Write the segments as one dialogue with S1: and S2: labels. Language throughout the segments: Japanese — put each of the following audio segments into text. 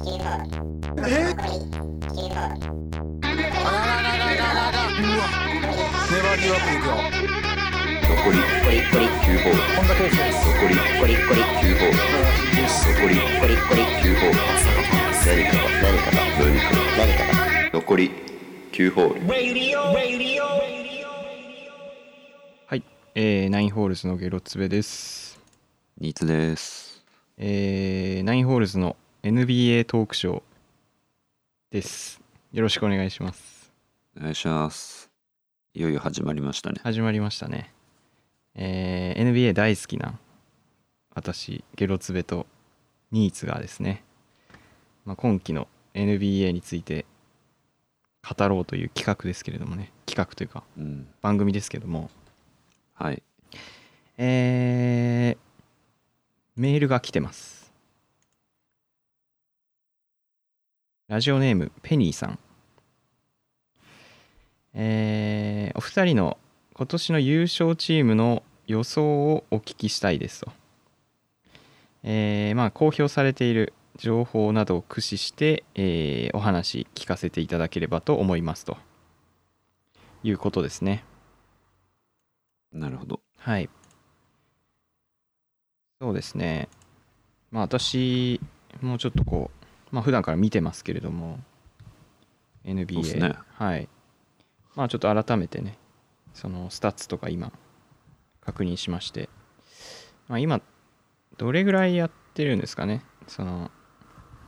S1: えあらららららららうわネバーギブアップいくよ
S2: 残り9ホール
S1: 本田圭佑です
S2: 残り9ホール残り9ホール何かが何かが何かが何かが残り9ホール
S3: はい、えー、ナインホールズのゲロツベです。
S2: ニーツです
S3: えー、ナインホールズの NBA トークショーです。よろしくお願いします。
S2: お願いしますいよいよ始まりましたね
S3: 始まりましたね。えー、NBA 大好きな私、ゲロツベとニーツがですね、まあ、今期の NBA について語ろうという企画ですけれどもね、企画というか
S2: うん
S3: 番組ですけども、
S2: はい
S3: えー、メールが来てます。ラジオネーム、ペニーさん。えーお二人の今年の優勝チームの予想をお聞きしたいですと。えーまあ、公表されている情報などを駆使して、えーお話聞かせていただければと思いますということですね。
S2: なるほど
S3: はい。そうですね。まあ私もちょっとこう、まあ普段から見てますけれども、NBA。
S2: そうっすね
S3: はい。まあちょっと改めてね、そのスタッツとか今、確認しまして、まあ今、どれぐらいやってるんですかね、その、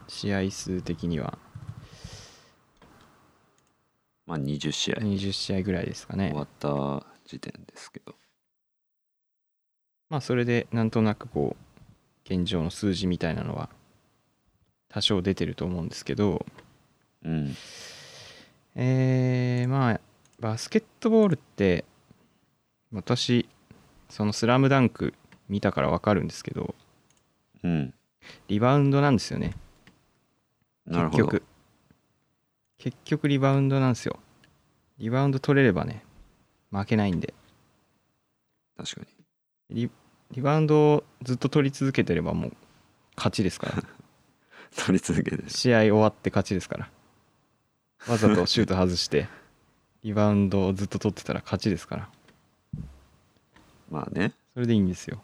S3: 試合数的には。
S2: まあ20試合
S3: 20試合ぐらいですかね
S2: 終。わった時点ですけど
S3: まあそれでなんとなくこう現状の数字みたいなのは多少出てると思うんですけど
S2: うん
S3: えー、まあバスケットボールって私その「スラムダンク見たからわかるんですけど
S2: うん
S3: リバウンドなんですよね
S2: なる
S3: 結
S2: ほど
S3: 局結局リバウンドなんですよリバウンド取れればね負けないんで
S2: 確かに
S3: リリバウンドをずっと取り続けてればもう勝ちですから
S2: 取り続けてる
S3: 試合終わって勝ちですからわざとシュート外して リバウンドをずっと取ってたら勝ちですから
S2: まあね
S3: それでいいんですよ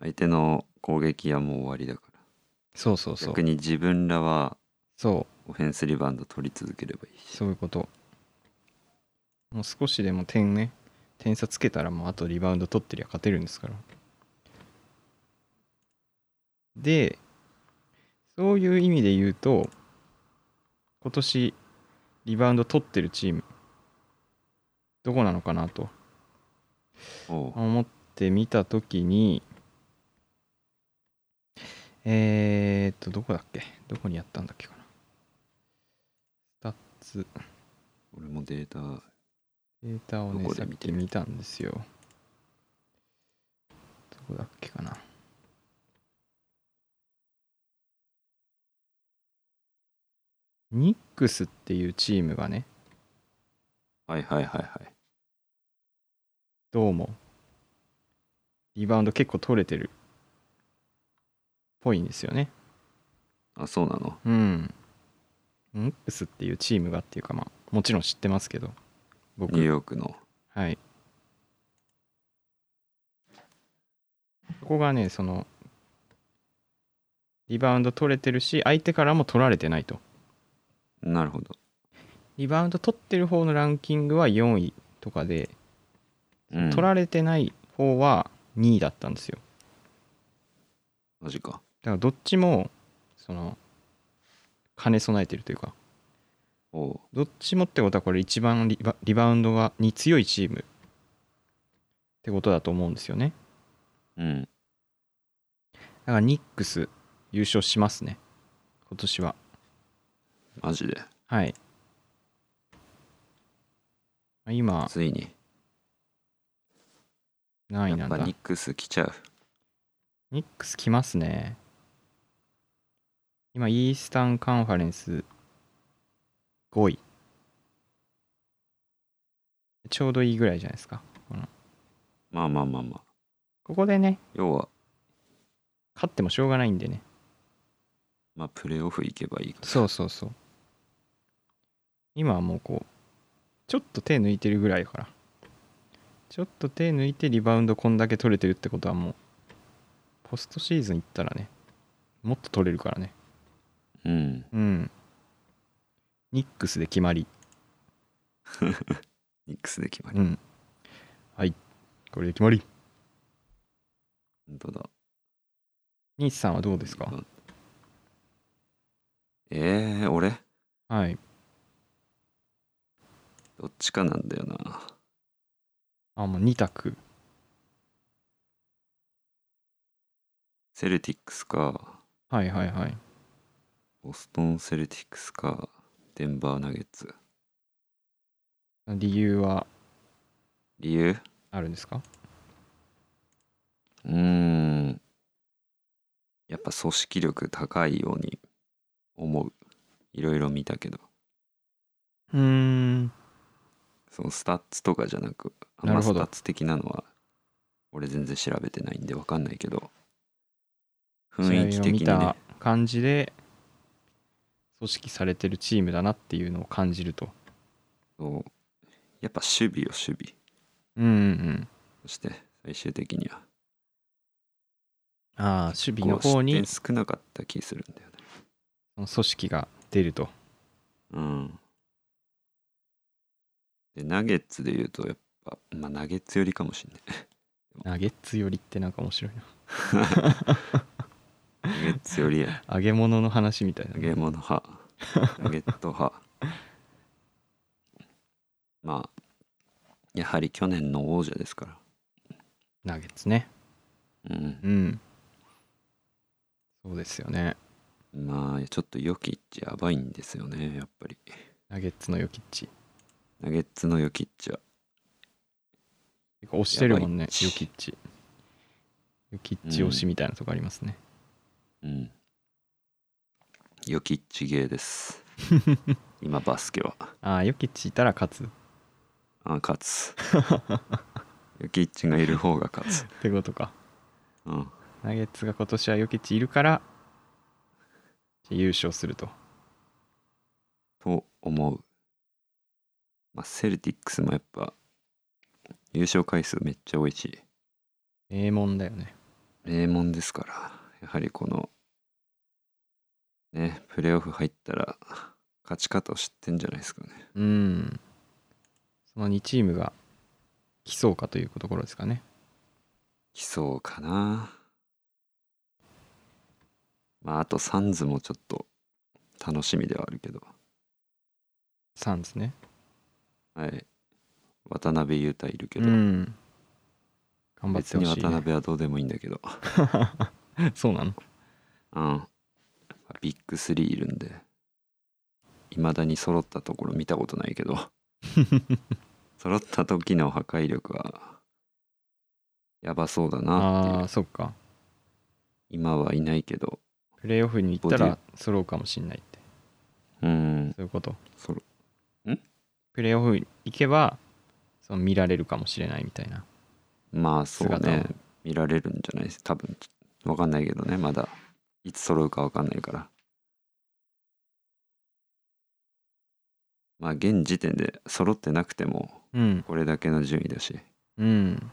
S2: 相手の攻撃はもう終わりだから
S3: そうそうそう
S2: 逆に自分らは
S3: そう
S2: オフェンスリバウンド取り続ければいいし
S3: そういうこともう少しでも点ね点差つけたらもうあとリバウンド取ってりゃ勝てるんですからでそういう意味で言うと今年リバウンド取ってるチームどこなのかなと
S2: おう
S3: 思ってみたときに、えー、っと、どこだっけどこにやったんだっけかな。スタッツ、
S2: 俺もデータ
S3: データを
S2: ど
S3: ね、
S2: こ
S3: さ
S2: で
S3: っ
S2: 見て
S3: き
S2: る
S3: 見たんですよ。どこだっけかな。ニックスっていうチームがね、
S2: はいはいはいはい
S3: どうも、リバウンド結構取れてるっぽいんですよね。
S2: あそうなの
S3: うん。ニックスっていうチームがっていうか、まあ、もちろん知ってますけど、
S2: ニュー
S3: 僕、
S2: ヨークの
S3: はい。そこがね、その、リバウンド取れてるし、相手からも取られてないと。
S2: なるほど、
S3: リバウンド取ってる方のランキングは4位とかで、
S2: うん、
S3: 取られてない方は2位だったんですよ。
S2: マジか
S3: だからどっちも、その、兼ね備えてるというか、
S2: おう
S3: どっちもってことはこれ一番リバリバウンドがに強いチームってことだと思うんですよね。
S2: うん
S3: だからニックス優勝しますね。今年は。
S2: マジで
S3: はい。今、
S2: ついに
S3: 何
S2: や
S3: 位な
S2: っ
S3: ん
S2: ぱ
S3: だ
S2: ニックス来ちゃう
S3: ニックス来ますね。今、イースタンカンファレンス5位。ちょうどいいぐらいじゃないですか。
S2: まあまあまあまあ
S3: ここでね、
S2: 要は
S3: 勝ってもしょうがないんでね。
S2: まあ、プレーオフ行けばいいか
S3: そうそうそう今はもうこうちょっと手抜いてるぐらいだからちょっと手抜いてリバウンドこんだけ取れてるってことはもうポストシーズン行ったらねもっと取れるからね
S2: ら。うん。
S3: うんニックスで決まり
S2: ニックスで決まり。
S3: うんはいこれで決まり
S2: 本当だ。
S3: ニースさんはどうですか
S2: ええー、俺
S3: はい
S2: どっちかなんだよな。
S3: あもう2択
S2: セルティックスか、
S3: はいはいはい
S2: ボストンセルティックスか、デンバーナゲッツ。
S3: 理由は
S2: 理由
S3: あるんですか
S2: うーん。やっぱ組織力高いように思う。いろいろ見たけど。
S3: うーん
S2: そのスタッツとかじゃなく、あん
S3: な
S2: ま
S3: るほ
S2: ス
S3: ど
S2: タッツ的なのは、俺全然調べてないんでわかんないけど、雰囲
S3: 試
S2: 気
S3: 合を
S2: 的
S3: 見
S2: にね
S3: た、感じで組織されてるチームだなっていうのを感じると
S2: そうやっぱ守備よ、守備。
S3: うんうんうん
S2: そして、最終的には、
S3: ああ守備の
S2: こう
S3: 方に
S2: 失点少なかった気するんだよね。
S3: その組織が出ると
S2: うん。で、ナゲッツで言うと、やっぱ、まあ、ナゲッツよりかもしんない。
S3: ナゲッツよりってなんか面白いな
S2: ナゲッツよりや、
S3: 揚げ物の話みたいな
S2: ナゲモノ派、ナゲット派。 まあ、やはり去年の王者ですか
S3: ナゲッツね
S2: ら。うん。
S3: うんそうですよね
S2: まあ、ちょっとヨキッチやばいんですよね、やっぱり。
S3: ナゲッツのヨキッチ
S2: ナゲッツのヨキッチは。
S3: 結構押してるもんね
S2: やばい
S3: ヨ
S2: っち
S3: キッチヨキッチ推しみたいなとこありますね、
S2: うん。ヨキッチゲーです。今、バスケは。
S3: ああヨキッチいたら勝つっ
S2: あ、勝つ。 ヨキッチがいる方が勝つ。
S3: てことか
S2: うん。
S3: ナゲッツが今年はヨキッチいるから優勝すると
S2: と思う。まあ、セルティックスもやっぱ、優勝回数めっちゃ多いし、
S3: 名門だよね
S2: 名門ですから、やはりこの、ね、プレーオフ入ったら、勝ち方を知ってんじゃないですかね。
S3: うんその2チームが競うかというところですかね
S2: 来そうかな。まあ、あとサンズもちょっと楽しみではあるけど、
S3: サンズね
S2: はい。渡辺裕太いるけ
S3: う
S2: ど、
S3: ん頑張っ
S2: 別
S3: て
S2: に
S3: ほしい、
S2: 渡
S3: ね、
S2: 辺はどうでもいいんだけど、
S3: そうなの
S2: うん。ビッグスリーいるんで、いまだに揃ったところ見たことない けど、揃った時の破壊力は、やばそうだなって
S3: あ
S2: い
S3: あ
S2: う。
S3: そっか
S2: 今はいないけど、
S3: プレーオフに行った
S2: ボディ
S3: ら揃うかもしんないって
S2: うん、
S3: そういうこと
S2: そろ
S3: プレーオフ行けばその見られるかもしれないみたいな
S2: まあそう
S3: 姿
S2: ね
S3: を、
S2: 見られるんじゃないです多分、わかんないけどね、まだ、いつ揃うかわかんないから。まあ現時点で揃ってなくても、
S3: うん
S2: これだけの順位だし。
S3: うん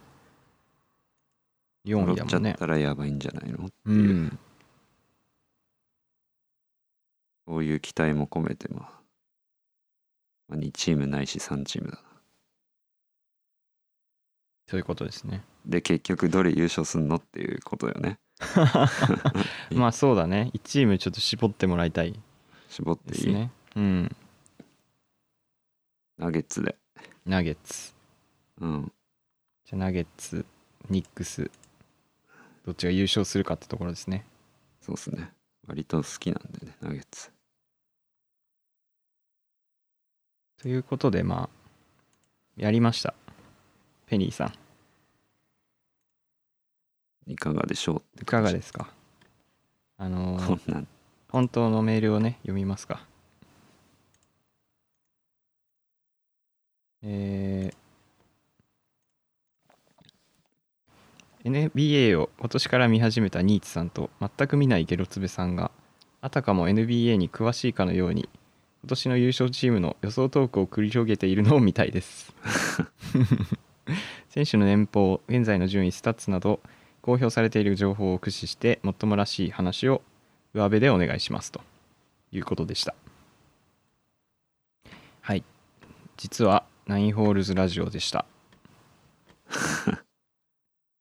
S3: 4位だ
S2: っち
S3: も
S2: ゃ
S3: ん
S2: っ
S3: ね
S2: たらやばいんじゃないのって
S3: う
S2: いう、
S3: ん
S2: そういう期待も込めて、まあ、まあ、2チームないし3チームだな。
S3: そういうことですね
S2: で、結局どれ優勝すんのっていうことよね。
S3: まあそうだね1チームちょっと絞ってもらいたい
S2: 絞っ
S3: で
S2: て
S3: す
S2: いい、
S3: ねうん
S2: ナゲッツで。
S3: ナゲッツ
S2: うん。
S3: じゃあナゲッツニックスどっちが優勝するかってところですね
S2: そうっすね。割と好きなんでね、ナゲッツ。
S3: ということでまあやりましたペニーさん
S2: いかがでしょうって
S3: いかがですすかあのー
S2: こんなん。
S3: 本当のメールをね読みますかえー NBA を今年から見始めたニーツさんと全く見ないゲロツベさんがあたかも NBA に詳しいかのように今年の優勝チームの予想トークを繰り広げているのを見たいです 選手の年俸現在の順位スタッツなど公表されている情報を駆使してもっともらしい話を上辺でお願いしますということでしたはい実はナインホールズラジオでした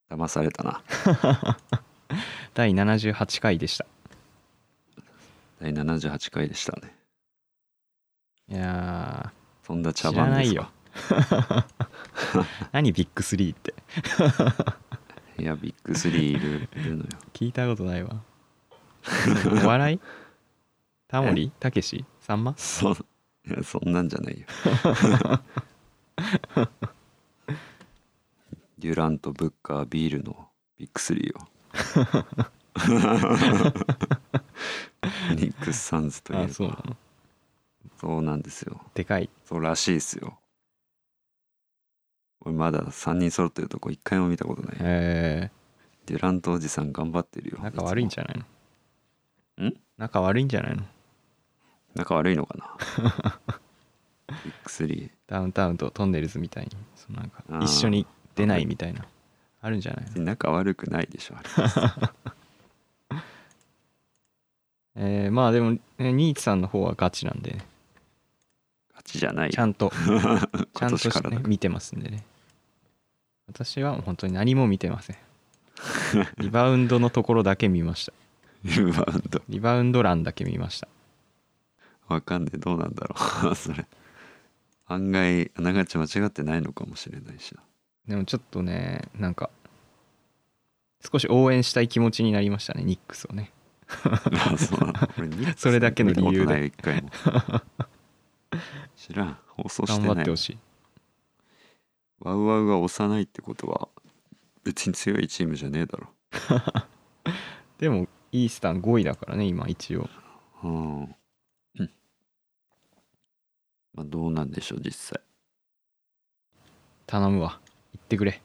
S2: 騙されたな
S3: 第78回でした
S2: 第78回でしたね
S3: いやー
S2: そんな茶
S3: 知ら
S2: 番
S3: ない
S2: です
S3: よ
S2: か
S3: 何ビッグスリーって
S2: いやビッグスリーいる いるのよ
S3: 聞いたことないわ お笑いタモリたけしさんま
S2: そいやそんなんじゃな いよデュラントブッカービールのビッグスリーよニックス・サンズといえ
S3: あ
S2: ば
S3: そうなの
S2: そうなんですよ
S3: でかい
S2: そうらしいですよ俺まだ3人揃ってるとこ一回も見たことない、
S3: え
S2: デュラントおじさん頑張ってるよ
S3: ー、仲悪いん
S2: ゃ
S3: じゃないの
S2: ん
S3: 仲悪いんじゃないの
S2: 仲悪いのかなビッグスリー
S3: ダウンタウンとトンネルズみたいにそのなんか
S2: あー
S3: 一緒に出ないみたいなあるんじゃないの
S2: 仲悪くないでしょあれ
S3: えー、まあでも、ね、ニーチさんの方はガチなんで、ね、
S2: ガチじゃない
S3: ちゃん とちゃ
S2: 今
S3: んと
S2: 年
S3: し
S2: か
S3: て
S2: ら
S3: ね
S2: だ
S3: 見てますんでね私はもう本当に何も見てま せんリバウンドのところだけ見ました
S2: リバウンド
S3: リバウンド欄だけ見ました
S2: わかんねえどうなんだろう それ案外あながち間違ってないのかもしれないしな
S3: でもちょっとねなんか少し応援したい気持ちになりましたねニックスをね
S2: あそうなの 俺ニックス
S3: それだけの理由で
S2: 見たことないよ一回も知らん放送し
S3: 頑
S2: て
S3: 張っ
S2: な
S3: て
S2: い
S3: ほしい
S2: ワウワウが幼いってことは別に強いチームじゃねえだろ
S3: でもイースタン5位だからね今一応
S2: うん、うん、まあどうなんでしょう実際
S3: 頼むわ行ってくれ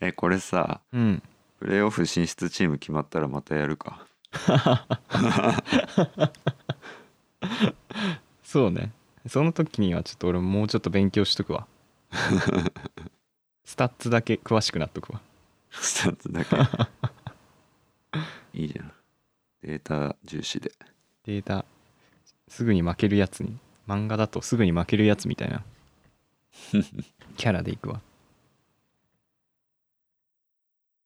S2: えこれさ
S3: うん
S2: プレーオフ進出チーム決まったらまたやるか
S3: そうねその時にはちょっと俺もうちょっと勉強しとくわスタッツだけ詳しくなっとくわ
S2: スタッツだけいいじゃんデータ重視で
S3: データすぐに負けるやつに漫画だとすぐに負けるやつみたいなキャラでいくわ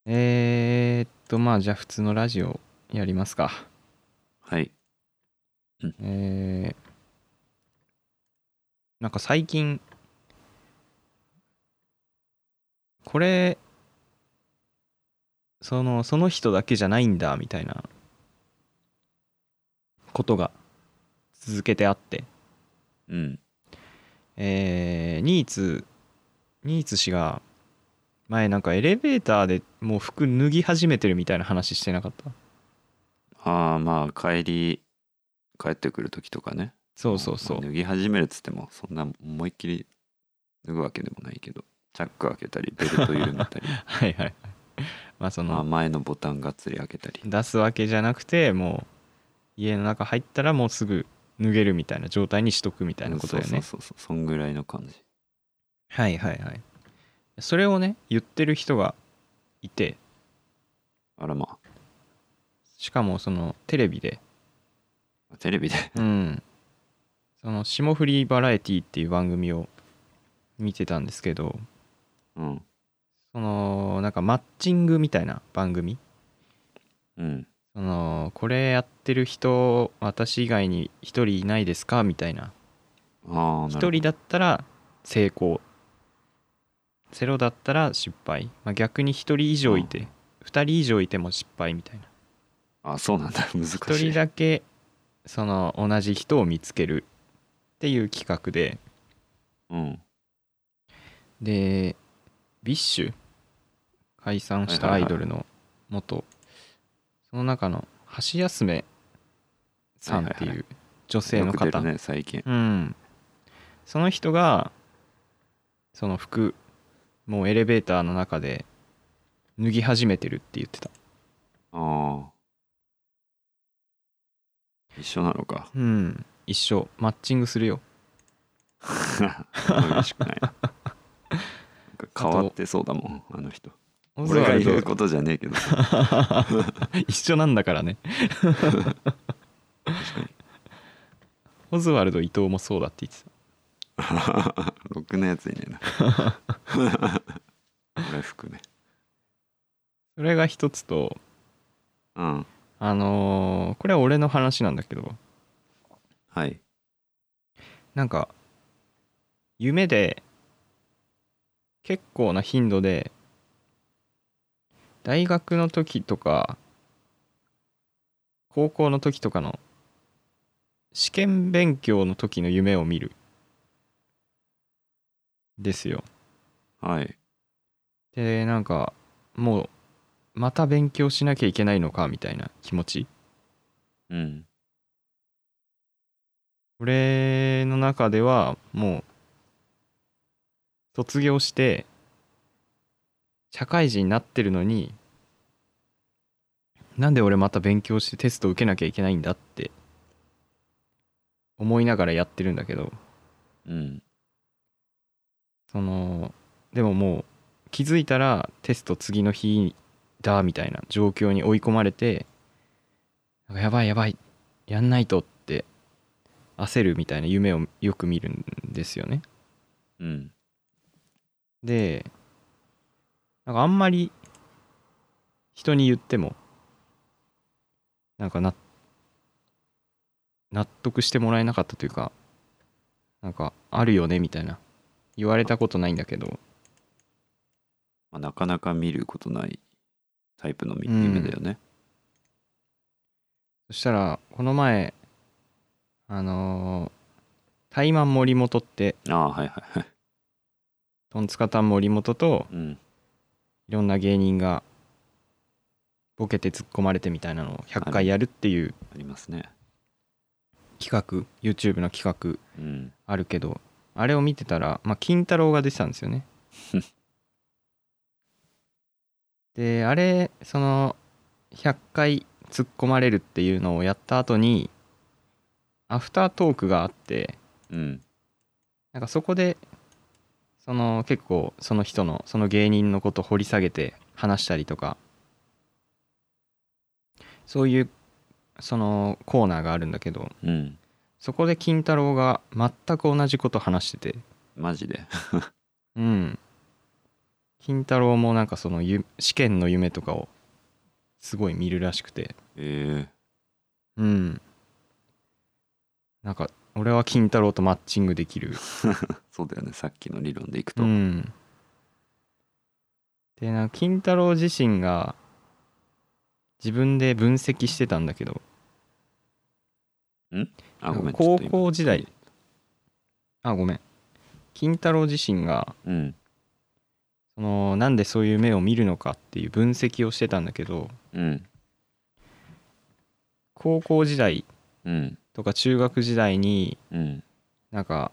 S3: えー、っとまあじゃあ普通のラジオやりますか
S2: はい
S3: えー、なんか最近これそのその人だけじゃないんだみたいなことが続けてあって
S2: うん
S3: えーニーツニーツ氏が前なんかエレベーターでもう服脱ぎ始めてるみたいな話してなかった
S2: ああまあ帰り帰ってくる時とかね
S3: そうそうそう
S2: まあ脱ぎ始めるっつってもそんな思いっきり脱ぐわけでもないけどチャック開けたりベルト緩めた り
S3: はいはいはいまあそ
S2: まあ
S3: の
S2: 前のボタンがっつり開けたり
S3: 出すわけじゃなくてもう家の中入ったらもうすぐ脱げるみたいな状態にしとくみたいなことだよね
S2: そうそうそうそうそんぐらいの感じ
S3: はいはいはいそれをね言ってる人がいて
S2: あらま
S3: しかもそのテレビで
S2: あテレビで
S3: うん、その霜降りバラエティっていう番組を見てたんですけど
S2: うん
S3: そのなんかマッチングみたいな番組
S2: うん
S3: そのこれやってる人私以外に1人いないですかみたいな
S2: ああなるほど
S3: 1人だったら成功ゼロだったら失敗、まあ、逆に1人以上いて2人以上いても失敗みたいな
S2: あそうなんだ難しい
S3: 1人だけその同じ人を見つけるっていう企画で
S2: うん
S3: でビッシュ解散したアイドルの元、その中の橋休めさんって
S2: はいはい
S3: いう女性の
S2: よく
S3: 方、
S2: 出るね最近
S3: うんその人がその服もうエレベーターの中で脱ぎ始めてるって言ってた
S2: ああ一緒なの か
S3: うん一緒マッチングするよ
S2: 嬉しくないなんか変わってそうだもんあの人
S3: オズ
S2: 俺
S3: ワ
S2: が
S3: ルド
S2: 言うことじゃねえけど さ
S3: 一緒なんだからねオズワルド伊藤もそうだって言ってた
S2: ろくなやついねえな俺服ね
S3: それが一つと
S2: うん
S3: あのーこれは俺の話なんだけど
S2: はい
S3: なんか夢で結構な頻度で大学の時とか高校の時とかの試験勉強の時の夢を見るですよ
S2: はい
S3: でなんかもうまた勉強しなきゃいけないのかみたいな気持ち
S2: うん
S3: 俺の中ではもう卒業して社会人になってるのになんで俺また勉強してテスト受けなきゃいけないんだって思いながらやってるんだけど
S2: うん
S3: そのでももう気づいたらテスト次の日だみたいな状況に追い込まれてなんかやばいやばいやんないとって焦るみたいな夢をよく見るんですよね。
S2: うん
S3: でなんかあんまり人に言ってもなんかな納得してもらえなかったというかなんかあるよねみたいな言われたことないんだけど
S2: まあ、なかなか見ることないタイプのみ
S3: うん
S2: 夢だよね。
S3: そしたらこの前あのー、タイマン森本って
S2: ああはいはいはい。
S3: トンツカタン森本と
S2: うん
S3: いろんな芸人がボケて突っ込まれてみたいなのを100回やるっていう
S2: ありますね。
S3: 企画 YouTube の企画
S2: うん
S3: あるけどあれを見てたら、まあ、金太郎が出てたんですよね。であれその100回突っ込まれるっていうのをやった後にアフタートークがあって
S2: うん
S3: なんかそこでその結構その人のその芸人のこと掘り下げて話したりとかそういうそのコーナーがあるんだけど
S2: うん
S3: そこで金太郎が全く同じこと話してて
S2: マジで。
S3: うん金太郎もなんかそのゆ試験の夢とかをすごい見るらしくて
S2: え
S3: うんなんか俺は金太郎とマッチングできる
S2: えそうだよねさっきの理論でいくと。
S3: う、ん、でなんか金太郎自身が自分で分析してたんだけど
S2: あごめん
S3: 高校
S2: ちょっと今
S3: 時代。あごめん金太郎自身が
S2: うん
S3: そのなんでそういう目を見るのかっていう分析をしてたんだけど
S2: うん
S3: 高校時代
S2: うん
S3: とか中学時代に
S2: うん。
S3: なんか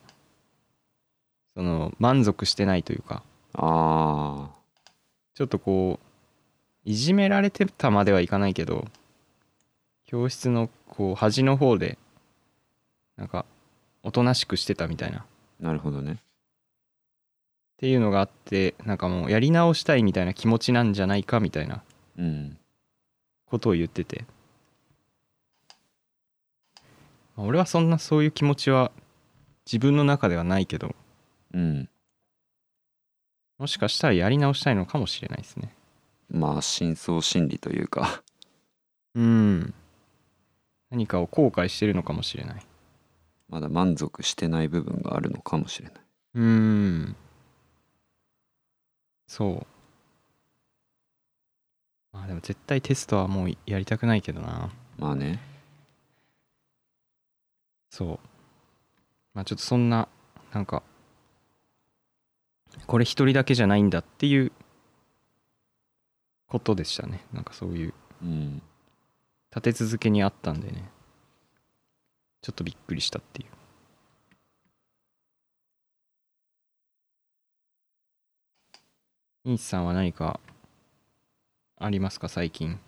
S3: その満足してないというか
S2: ああ
S3: ちょっとこういじめられてたまではいかないけど教室のこう端の方でなんかおとなしくしてたみたいなっ
S2: なるほどね。
S3: ていうのがあってなんかもうやり直したいみたいな気持ちなんじゃないかみたいな
S2: うん
S3: ことを言ってて、まあ俺はそんなそういう気持ちは自分の中ではないけど
S2: うん。
S3: もしかしたらやり直したいのかもしれないですね。
S2: まあ深層心理というか
S3: うん何かを後悔してるのかもしれない。
S2: まだ満足してない部分があるのかもしれない。
S3: うーん。そう。まあでも絶対テストはもうやりたくないけどな。
S2: まあね。
S3: そう。まあちょっとそんな、なんか、これ一人だけじゃないんだっていうことでしたね。なんかそういう、
S2: うん
S3: 立て続けにあったんでね。ちょっとびっくりしたっていう。ニーチさんは何かありますか最近。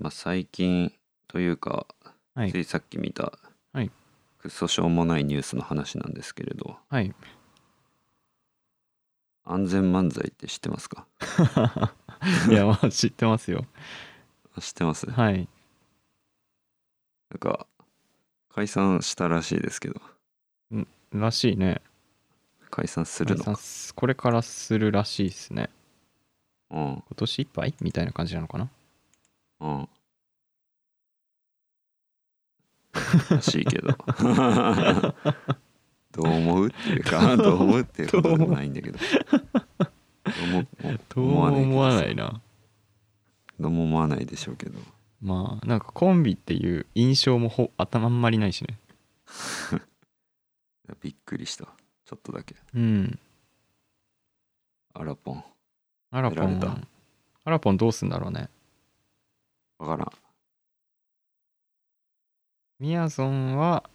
S2: まあ、最近というか
S3: はい
S2: ついさっき見た、
S3: はい
S2: くっそしょうもないニュースの話なんですけれど
S3: はい。
S2: 安全漫才って知ってますか
S3: いや、ま あ知ってますよ。
S2: あ知ってます、
S3: はい。
S2: なんか解散したらしいですけど
S3: らしいね。
S2: 解散するの
S3: 解
S2: か
S3: 散すこれからするらしいですね。
S2: うん
S3: 今年いっぱいみたいな感じなのかな。
S2: うんらしいけど どう思うっていう かどう思うっていうことでもないんだけどど
S3: ど
S2: う
S3: う
S2: も
S3: も
S2: 思
S3: 思
S2: わ
S3: わ
S2: な
S3: ない
S2: けど
S3: いな。
S2: どうも思わないでしょうけど
S3: まあ、なんかコンビっていう印象もほ頭あんまりないしね。
S2: びっくりしたちょっとだけ
S3: うん。
S2: あらぽん
S3: アラポ
S2: やられ
S3: ン。アラポンどうすんだろうね。
S2: わからん
S3: みやぞんは、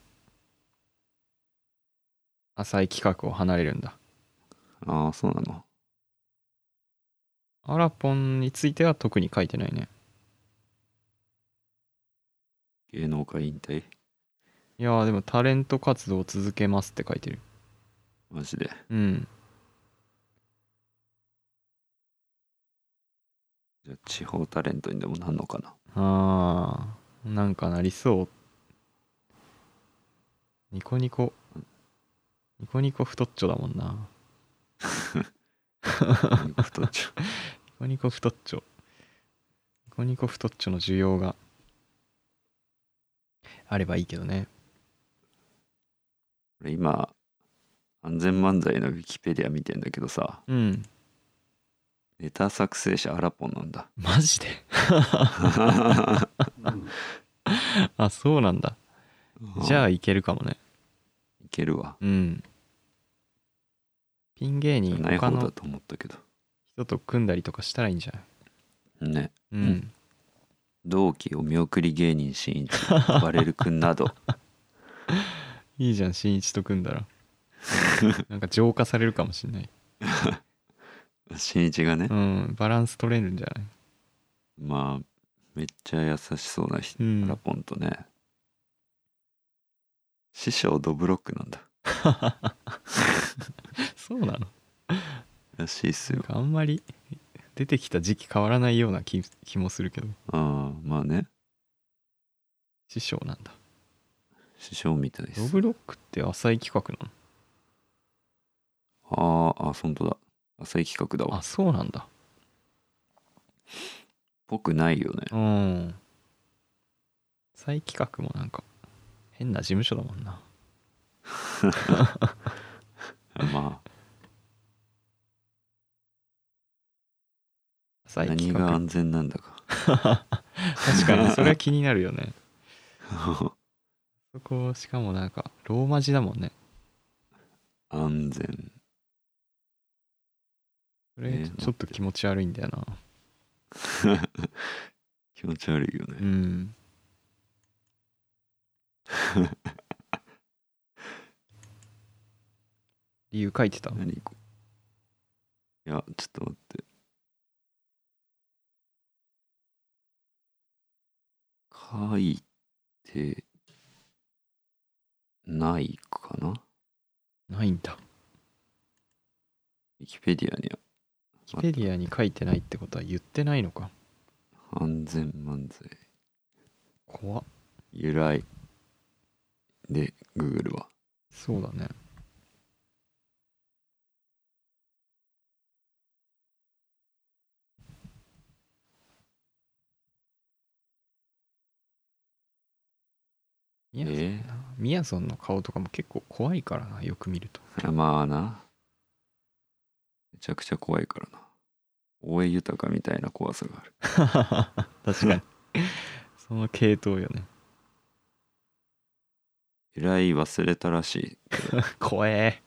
S3: 浅い企画を離れるんだ。
S2: ああそうなの
S3: アラポンについては特に書いてないね。
S2: 芸能界引退
S3: いやーでもタレント活動を続けますって書いてる。
S2: マジで
S3: うん。
S2: じゃあ地方タレントにでもなんの かな
S3: あー、なんかなりそう。ニコニコ。ニコニコ太っちょだもんな。
S2: 太っちゃう
S3: ニコニコ太っちょ。ニコニコ太っちょの需要があればいいけどね。
S2: 俺今安全漫才のウィキペディア見てんだけどさ
S3: うん。
S2: ネタ作成者アラポンなんだ
S3: マジであ、そうなんだ。じゃ
S2: あ
S3: あいけるかもね。
S2: いけるわ
S3: うん。ピン芸人
S2: ない
S3: 他
S2: 方だ
S3: の
S2: と思ったけど
S3: 人と組んだりとかしたらいいんじゃない
S2: ね
S3: うんん。
S2: 同期お見送り芸人しんいちバレルくんな ど
S3: いいじゃん、新一と組んだ ら。なんか浄化されるかもしんない。
S2: しんいちがね
S3: うん、バランス取れるんじゃない
S2: まあめっちゃ優しそうな人
S3: う
S2: アラ
S3: ん。
S2: ポンとね師匠ドブロックなんだ
S3: そうなの
S2: らしいっす
S3: なん
S2: よ
S3: かあんまり出てきた時期変わらないような気気もするけど、
S2: ああまあね
S3: 師匠なんだ。
S2: 師匠みたいで
S3: ロ
S2: す
S3: ブロックって浅い企画な
S2: あああ本当だ浅い企画だ
S3: の
S2: わ
S3: あ、そうなんだ。
S2: ぽくないよね
S3: うん。再企画もなんか変な事務所だもんな。
S2: まあ
S3: 再企
S2: 何
S3: 画
S2: が安全なんだか
S3: 確かにそれは気になるよね
S2: 安
S3: そこしかもなんかローマ字だもんね
S2: 全
S3: それ
S2: ね
S3: ちょっと気持ち悪いんだよな、
S2: 気持ち悪いよね
S3: うん理由書いてた
S2: 何こいやちょっと待って書いてないかなウ
S3: ないんだ
S2: ィキペディアには
S3: ウィキペディアに書いてないってことは言ってないのか
S2: 安全漫才
S3: 怖っ
S2: 由来で Google は
S3: そうだねい
S2: え
S3: やみやぞんの顔とかも結構怖いからなよく見ると
S2: ーまあなめちゃくちゃ怖いからな大江豊みたいな怖さがある
S3: 確
S2: かに
S3: その系統よね
S2: 由来忘れたらしい
S3: 怖え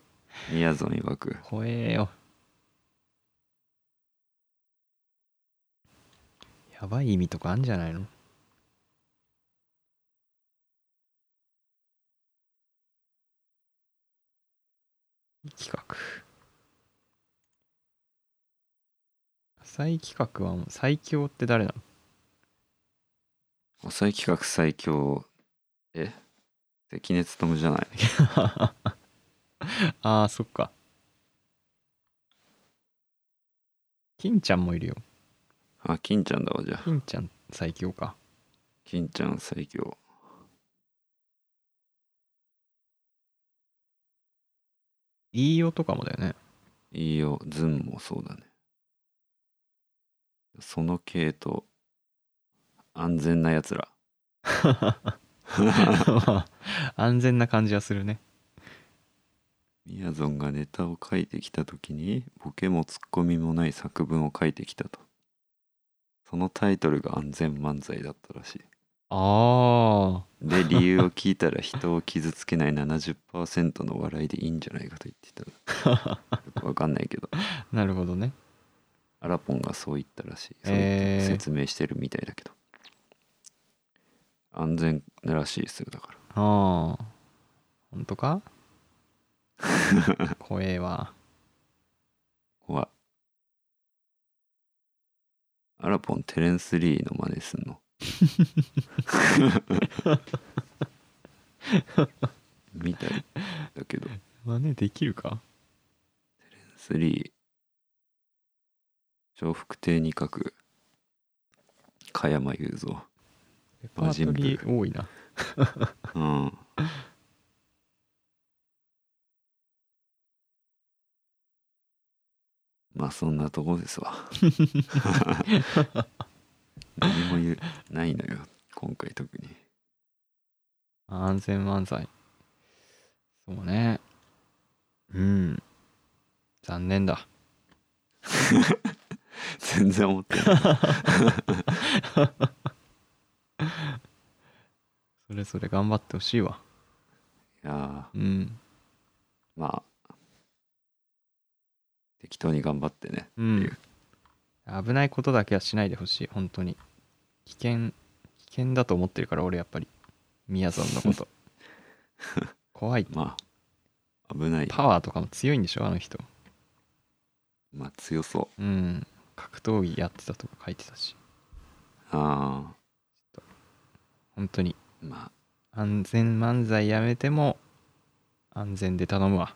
S2: みやぞん曰く
S3: 怖えよやばい意味とかあんじゃないの企画再企画はもう最強って誰なの
S2: 浅い企画最強関根勤じゃない。
S3: ああそっか金ちゃんもいるよ
S2: あ、金ちゃんだわ、じゃあ。
S3: 金ちゃん最強か
S2: 金ちゃん最強。
S3: 飯尾とかもだよね
S2: いいよ、ズンもそうだね。その系統、安全なやつら。
S3: まあ 安全な感じはするね
S2: みやぞんがネタを書いてきた時にボケもツッコミもない作文を書いてきたとそのタイトルが安全漫才だったらしい
S3: ああ
S2: で理由を聞いたら人を傷つけない70%の笑いでいいんじゃないかと言っていたよくわかんないけど
S3: なるほどね
S2: アラポンがそう言ったらしいそう
S3: へ
S2: 言
S3: ー
S2: って説明してるみたいだけど、安全らしいですよだから
S3: ああ本当 か怖えわ
S2: 怖いアラポンテレンス・リーの真似すんのみたいだけどテレ
S3: 真似できるか
S2: ンス・リー笑福亭に書く加山雄三
S3: レパートリー多いな
S2: うんまあそんなとこですわ何も言うないのよ今回特に
S3: 安全漫才そうねうん残念だ
S2: 全然思ってない
S3: それぞれ頑張ってほしいわ
S2: いや
S3: うん
S2: ーまあ適当に頑張ってね
S3: うん危ないことだけはしないでほしい本当に危険危険だと思ってるから俺やっぱりみやぞんの こと怖い
S2: まあ危ない
S3: パワーとかも強いんでしょあの人
S2: まあ強そう
S3: うん格闘技やってたとか書いてたし
S2: あ
S3: 本当に
S2: ーま
S3: 安全漫才やめても安全で頼む わ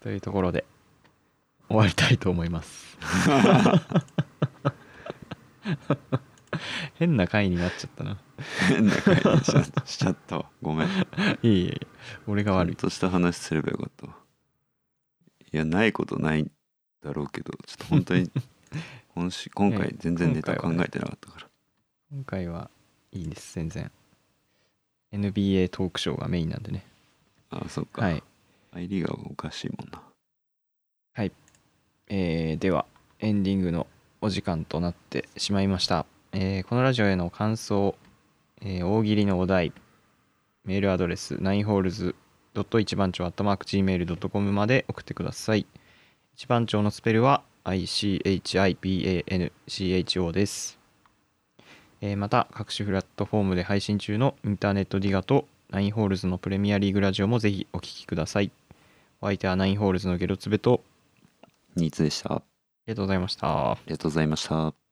S3: というところで終わりたいと思います 変な回になっちゃったな
S2: あ変な感じしちゃしちゃったわごめん
S3: いえいえ俺が悪
S2: ちゃ
S3: い
S2: んとした話すればよかったわいやないことないんだろうけどちょっと本 当に今週今
S3: いや
S2: 回全然ネタ
S3: 今
S2: 考
S3: 回はね
S2: えてなかったから、
S3: 今回はいいです全然 NBA トークショーがメインなんでね
S2: ああそっか、
S3: はい、
S2: 入りがおかしいもんな
S3: えーではエンディングのお時間となってしまいました、えーこのラジオへの感想、えー大喜利のお題メールアドレス 9holes.1 番町 .gmail.com まで送ってください一番町のスペルは ICHIBANCHO です、えーまた各種プラットフォームで配信中のインターネットディガと9ホールズのプレミアリーグラジオもぜひお聴きくださいお相手は9ホールズのゲロツベと
S2: ニーツでしたあ
S3: ありがとうございました。
S2: りがとうございました